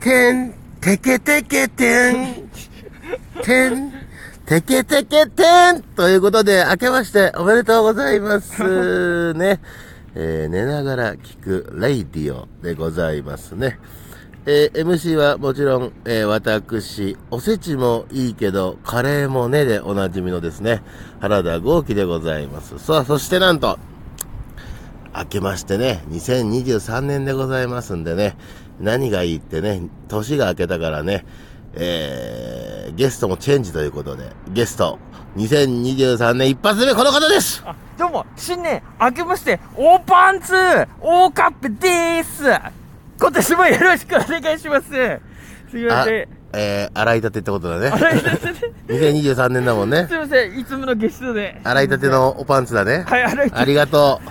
てん、てけてけてん、てん、てけてけてんということで、明けましておめでとうございます。ね。えー寝ながら聞くレイディオでございますね。えー MC はもちろん、えー私、おせちもいいけど、カレーもねでおなじみのですね、原田豪輝でございます。さあ、そしてなんと、明けましてね、2023年でございますんでね、何がいいってね、年が明けたからね、えー、ゲストもチェンジということで、ゲスト、2023年一発目この方ですあ、どうも、新年明けまして、オーパンツオーカップでーす今年もよろしくお願いしますすいまあせん。、えー、洗いたてってことだ洗ね。いたてで2023年だもんねす。いません、いつものゲストで。洗いたてのおパンツだね。はい、洗いたあて。りがとう。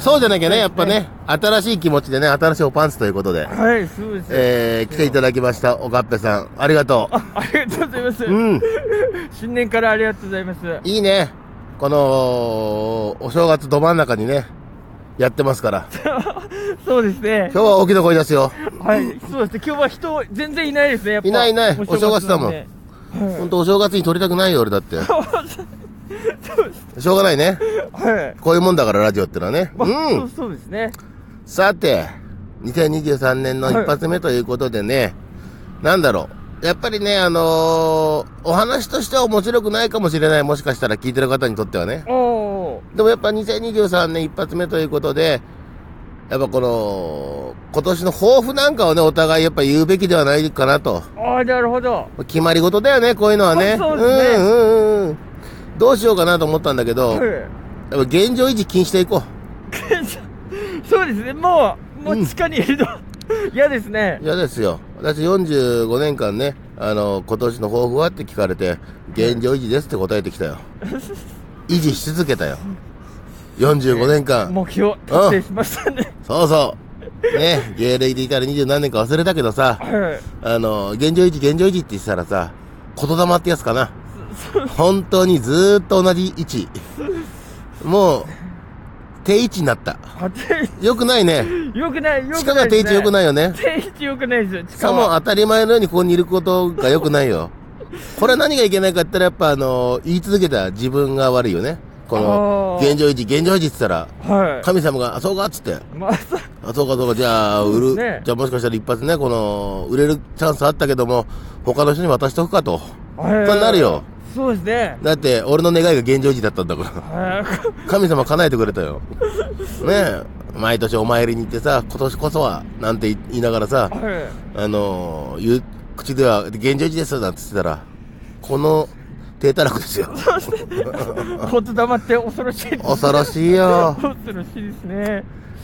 そうじゃなきゃね、やっぱね、新しい気持ちでね、新しいおパンツということで、はい、そうです。えー、来ていただきました、おかっぺさん、ありがとあありがとうございますう。。うん。新年からありがとうございます。いいね。この、お正月ど真ん中にね、やってますから。そうですね。今日は大きな声出すよ。はい、そうですね。今日は人、全然いないですね、やっぱいないいないんではいほんとお正月に撮りたくないよ、俺だ って。しょうがないね。はい。こういうもんだから、ラジオってのはね。まう。あそうんそうですね。さて、2023年のはい一発目ということでね、なんだろう。やっぱりね、あのーお話としては面白くないかもしれない。もしかしたら聞いてる方にとってはね。おー。でもやっぱ2023年一発目ということで、やっぱこの、今年の抱負なんかをね、お互いやっぱ言うべきではないかなと。あー、なるほど。決まり事だよね、こういうのはね。そうそうですねんうんうん。どうしようかなと思ったんだけど、やっはい。ぱ現状維持禁していこ そうですね、もう、もう地下にいるの、嫌ですねう。。嫌ですよ。私45年間ね、あの、今年の抱負はって聞かれて、現状維持ですって答えてきたよ。維持し続けたよ。45年間。目標達成しましたね。そうそう。ね、芸歴でいたら二十何年か忘れたけどさ、はいあの、現状維持、現状維持って言ってたらさ、言霊ってやつかな。本当にずーっと同じ位置。もう、定位置になった。発よくないね。生よくない、よ地く下ながい定位ですね。置よくないよね。定位置よくないですよ。さもは当たり前のようにここにいることがよくないよ。これは何がいけないかって言ったらやっぱあの、言い続けた自分が悪いよね。この、あー現状維持、現状維持って言ったら、は神様が、あ、そうかっつって。い。まあ、そうあ、そうかそうか、じゃあ、売る、ねじゃあもしかしたら一発ね、この、売れるチャンスあったけども、他の人に渡しとくかと。はいそうなるよ。そうですね。だって、俺の願いが現状維持だったんだから。はい神様叶えてくれた よ。ねえ、毎年お参りに行ってさ、今年こそは、なんて言いながらさ、はあのー、言う、口では、現状維持ですなんて言ってたら、この、低たらくですよ。い。言霊って恐ろしいです。恐ろしいよ。恐ろしいですね。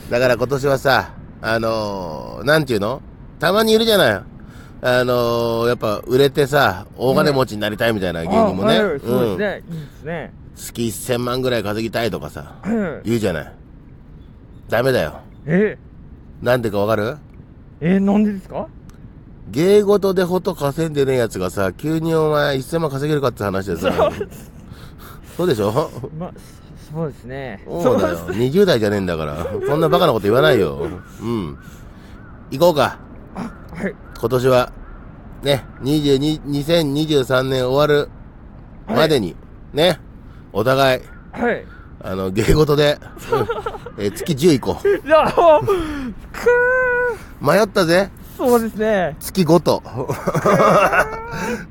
だから今年はさ、あのー、なんていうのたまにいるじゃない。あのー、やっぱ売れてさ、大金持ちになりたいみたいな芸人もね。あはいそううん。ですね。いいですね。月1000万ぐらい稼ぎたいとかさ、はい言うじゃない。ダメだよ。え、なんでかわかるえ、なんでですか芸事でほと稼いでねえやつがさ、急にお前1000万稼げるかって話でさ、そうでしょ まあ、そそうですね。そうだよ。です20代じゃねえんだから。そんなバカなこと言わないよ。うん。行こうか。はい。今年は、ね、22 2023年終わるまでに、ね、お互い、はい。あの、芸事 で、うんえー月10行こいや、もう、くーう。迷ったぜ。そうですね。月5と。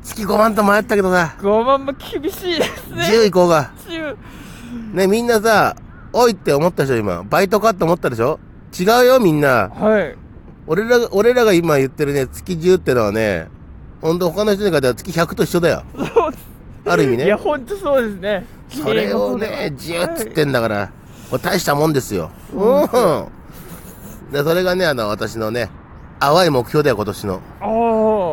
月5万と迷ったけどさ、 5万も厳しいですね。 10行こうが。 10ね、みんなさ、おいって思ったでしょ、今。バイトかって思ったでしょ違うよ、みんな。はい。俺らが、俺らが今言ってるね、月10ってのはね、ほんと他の人に書いたら月100と一緒だよ。そうですある意味ね。いや、ほんとそうですね。それをね、じゅっつってんだから、これ大したもんですよ。うん。で、それがね、あの、私のね、淡い目標だよ、今年の。ああ。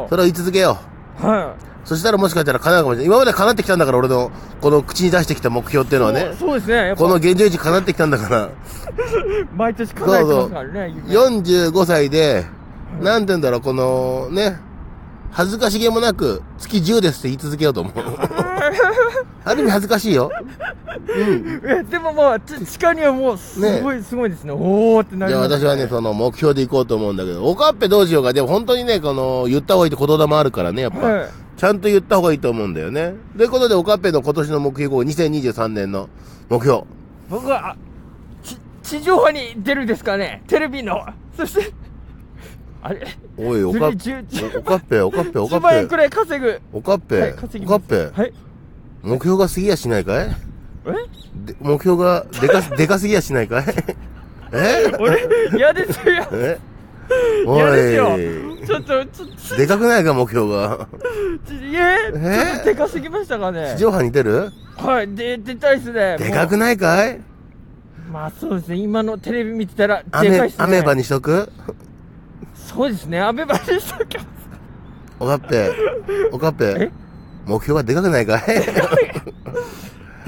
はそれを言い続けよう。い。はそしたらもしかしたら叶うかもしれない。今まで叶ってきたんだから、俺の、この口に出してきた目標っていうのはね。そうですね。やっこのぱ、現状維持叶ってきたんだから、毎年叶えてますからね。夢45歳で、なんて言うんだろう、この、ね、恥ずかしげもなく、月10ですって言い続けようと思う。 ある意味恥ずかしいよ。えでもまあ、ち地下にはもう、すごい、すごいですね。おーってなじりゃあます、私はね、その目標で行こうと思うんだけど、おかっぺどうしようか。でも本当にね、この、言った方がいいって言霊あるからね、やっぱ。はいちゃんと言った方がいいと思うんだよね。ということで、おかっぺの今年の目標、2023年の目標。僕は、あち地上波に出るですかねテレビの。そして、あれおい、おかっ10 10おおかっぺ、おかっぺ、おか1万円っくぺ。らい稼ぐ。おかっはぺい、、稼ぎおかまっす。ぺ、はい。目標が過ぎやしないかいえで目標がで か、でかすぎやしない かいえ 俺、 嫌ですよ。 え嫌ですおよ。ちょっと、ちょっと、い、でかくないか、目標が。ちえー、ちょっとでかすぎましたかね地上波に出るはい、で、出たいっすね。でかもくないかいうまあそうですね、今のテレビ見てたら、でかいっす雨ね。、雨場にしとくそうですね、アメバにしときます。おかっぺ、おかっぺえ、目標はでかくないかい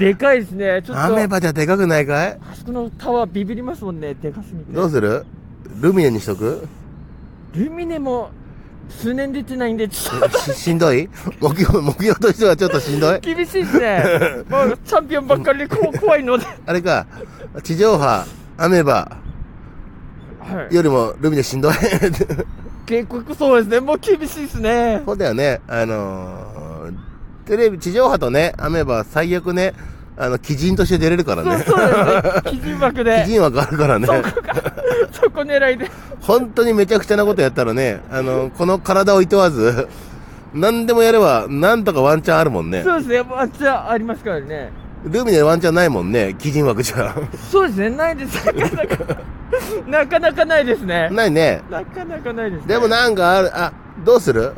でかいですね、ちょっと。雨場じゃでかくないかいあそこのタワービビりますもんね、でかすぎて。どうするルミネにしとくルミネも、数年出てないんで、ちょっと。し しんどい目標、目標としてはちょっとしんどい厳しいで すね。まあ、チャンピオンばっかりでこう怖いので。あれか、地上波、雨場はい。よりもルミネしんどい 結局そうですね。もう厳しいですね。そうだよね。あのー、テレビ、地上波とね、雨場は最悪ね、あの、基人として出れるからそうね。そうですね。基準枠で基。人枠あるからね。そこが、そこ狙いで。本当にめちゃくちゃなことやったらね、あの、この体をいとわず、 何でもやれば、なんとかワンチャンあるもんね。そうですね。ワンチャンありますからね。ルミネワンチャンないもんね、基人枠じゃ。 そうですね。ないです。なかなか、なかなかないですね。ないね。なかなかないです、ね。でも、なんかある、あ、どうする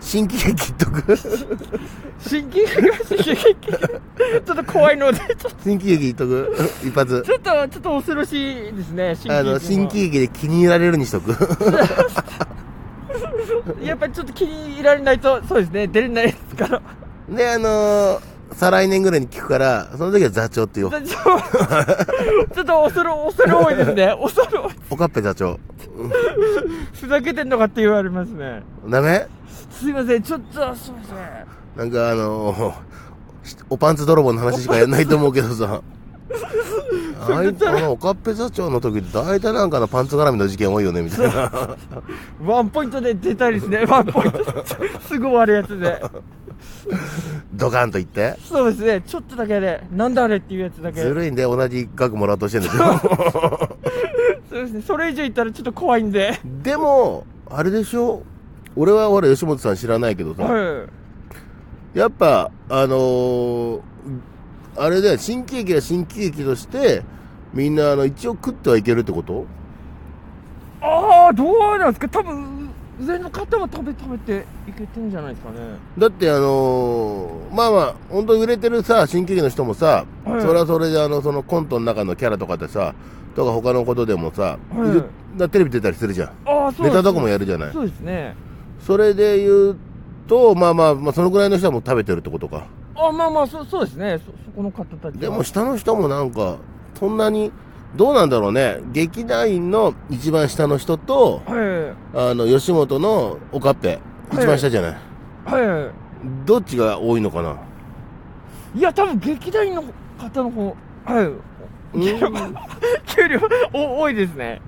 新喜劇言っとく 新規が新規ちょっと怖いので、ちょっと、新喜劇言っとく一発ち。ょっと、ちょっと恐ろしいですね。新規あの、新喜劇で気に入られるにしとく。 やっぱりちょっと気に入られないと、そうですね。出れないですから。で、あのー再来年ぐらいに聞くから、その時は座長って言おう。ちょっと、ちょっと恐ろ、恐ろ多いですね。恐ろ多い、おかっぺ座長。ふざけてんのかって言われますね。ダメすいません、ちょっと、すいませなんん。かあのーおパンツ泥棒の話しかやんないと思うけどさ。あいあの、おかっぺ座長の時って大体なんかのパンツ絡みの事件多いよね、みたい な。ワンポイントで出たいです ね。ワンポイント。すぐ終わるやつで。ドカンと言って。そうですね。ちょっとだけで、なんだあれっていうやつだけ。ずそうるいんで同じ額もらおうとしてるんだけど。ですね。それ以上言ったらちょっと怖いんで。でも、あれでしょ俺はほら、吉本さん知らないけどさ。はやっぱ、あのーあれだよ、新喜劇は新喜劇として、みんな、あの、一応食ってはいけるってことい。ああ、どうなんですか多分、上の方は食べ、食べていけてんじゃないですかね。だって、あのーまあまあ、本当に売れてるさ、新喜劇の人もさ、はいそれはそれで、あの、そのコントの中のキャラとかでさ、とか他のことでもさ、はいいるだテレビ出たりするじゃん。ああ、そうネタとかももやるじゃない。そうですね。それで言うと、まあまあ、まあ、そのぐらいの人はもう食べてるってことか。あまあまあ、そうそうですね。そ、そこの方たちは。でも下の人もなんか、そんなに、どうなんだろうね。劇団員の一番下の人と、はあの、吉本のおかっぺ、はい一番下じゃない。い。は。どっちが多いのかないいや、多分、劇団員の方の方、はい。給料、給料、お、 多いですね。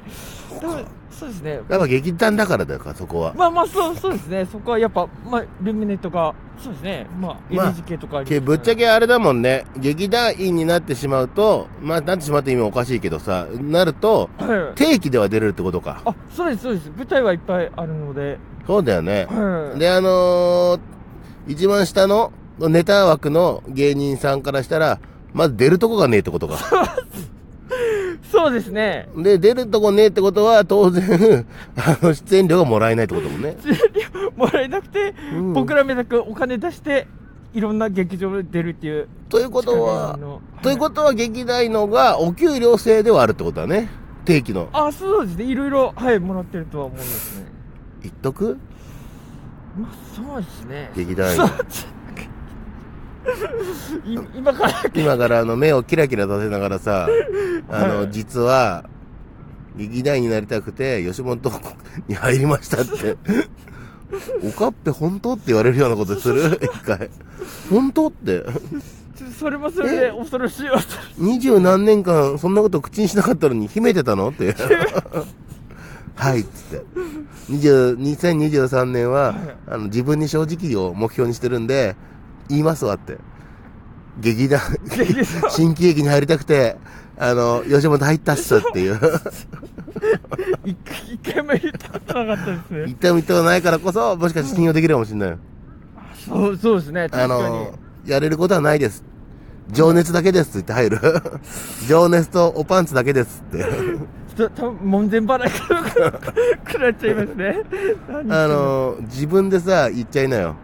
でもそうですね。やっぱ劇団だからだよか、そこは。まあまあ、そう、そうですね。そこはやっぱ、まあ、ルミネとか、そうですね。まあ、まあ NGK とかありますけね、ぶっちゃけあれだもんね、劇団員になってしまうと、まあ、なってしまうって意味もおかしいけどさ、なると、はい。定期では出れるってことか。あ、そうです、そうです。舞台はいっぱいあるので。そうだよね。はい。で、あのー、一番下のネタ枠の芸人さんからしたら、まず出るとこがねえってことか。そうですね。で、出るとこねえってことは、当然、 あの、出演料がもらえないってこともね。給料もらえなくて、うん僕らめだくお金出して、いろんな劇場で出るっていう。ということは力の、ということは、劇団のがお給料制ではあるってことだね。定期の。あ、そうですね。いろいろ、はい、もらってるとは思うんですね。言っとくまあ、そうですね。劇団員そうい今から、今からあの、目をキラキラさせながらさ、あはの、い実は、劇団員になりたくて、吉本に入りましたって。おかっぺ本当って言われるようなことする一回。本当って。ちょっとそれもそれで恐ろし いわ。二十何年間そんなこと口にしなかったのに秘めてたのって。はい、っつって。20 2023年は、あの、自分に正直を目標にしてるんで、言いますわって。劇団、 新喜劇に入りたくて、あの、吉本入ったっすって いう。一回一回も言ったことなかったです言ね。っても言ったことないからこそ、もしかして信用できるかもしれない。そう、そうですね。あ確かにの。、やれることはないです。情熱だけですって入る。 情熱とおパンツだけですって。ちょっと多分門前払いがくなっちゃいますね。何あの、自分でさ、言っちゃいなよ。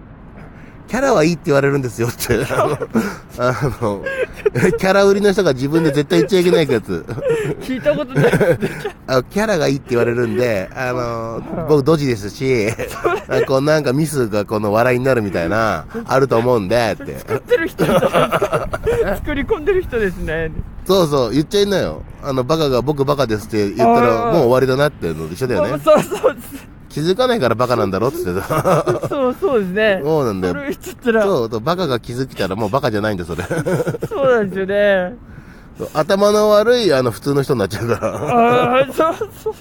キャラはいいって言われるんですよって。あの、あのキャラ売りの人が自分で絶対言っちゃいけないやつ。聞いたこと ないですね。あのキャラがいいって言われるんで、あの、僕ドジですし、あこうなんかミスがこの笑いになるみたいな、あると思うんで、って。作ってる人じゃない ですか。作り込んでる人ですね。そうそう、言っちゃいなよ。あの、バカが僕バカですって言ったら、あーもう終わりだなっていうのと一緒だよね。そうそう気づかないからバカなんだろっつってさ。そう。そうそうですね。そうなんだよそれ言っちゃったら、そうそう、バカが気づきたらもうバカじゃないんだよ、それ。そうなんですよね。そう頭の悪い、あの、普通の人になっちゃう から。ああ、そうそう。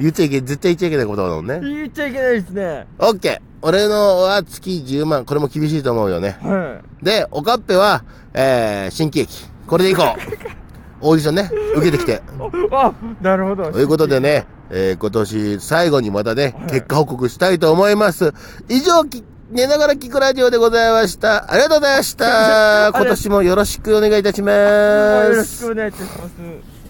言っちゃいけ、絶対言っちゃいけないことだもんね。言っちゃいけないですね。オッケー俺のは月10万。これも厳しいと思うよね。はで、おかっぺは、えー、新喜劇。これでいこ う。オーディションね、受けてきて。い。あ、なるほど。ということでね、えー、今年最後にまたね、結果報告したいと思います。以上、き寝ながら聞くラジオでございました。ありがとうございました。 りがとう今年もよろしくお願いいたしよまろすし。くお願いいたします。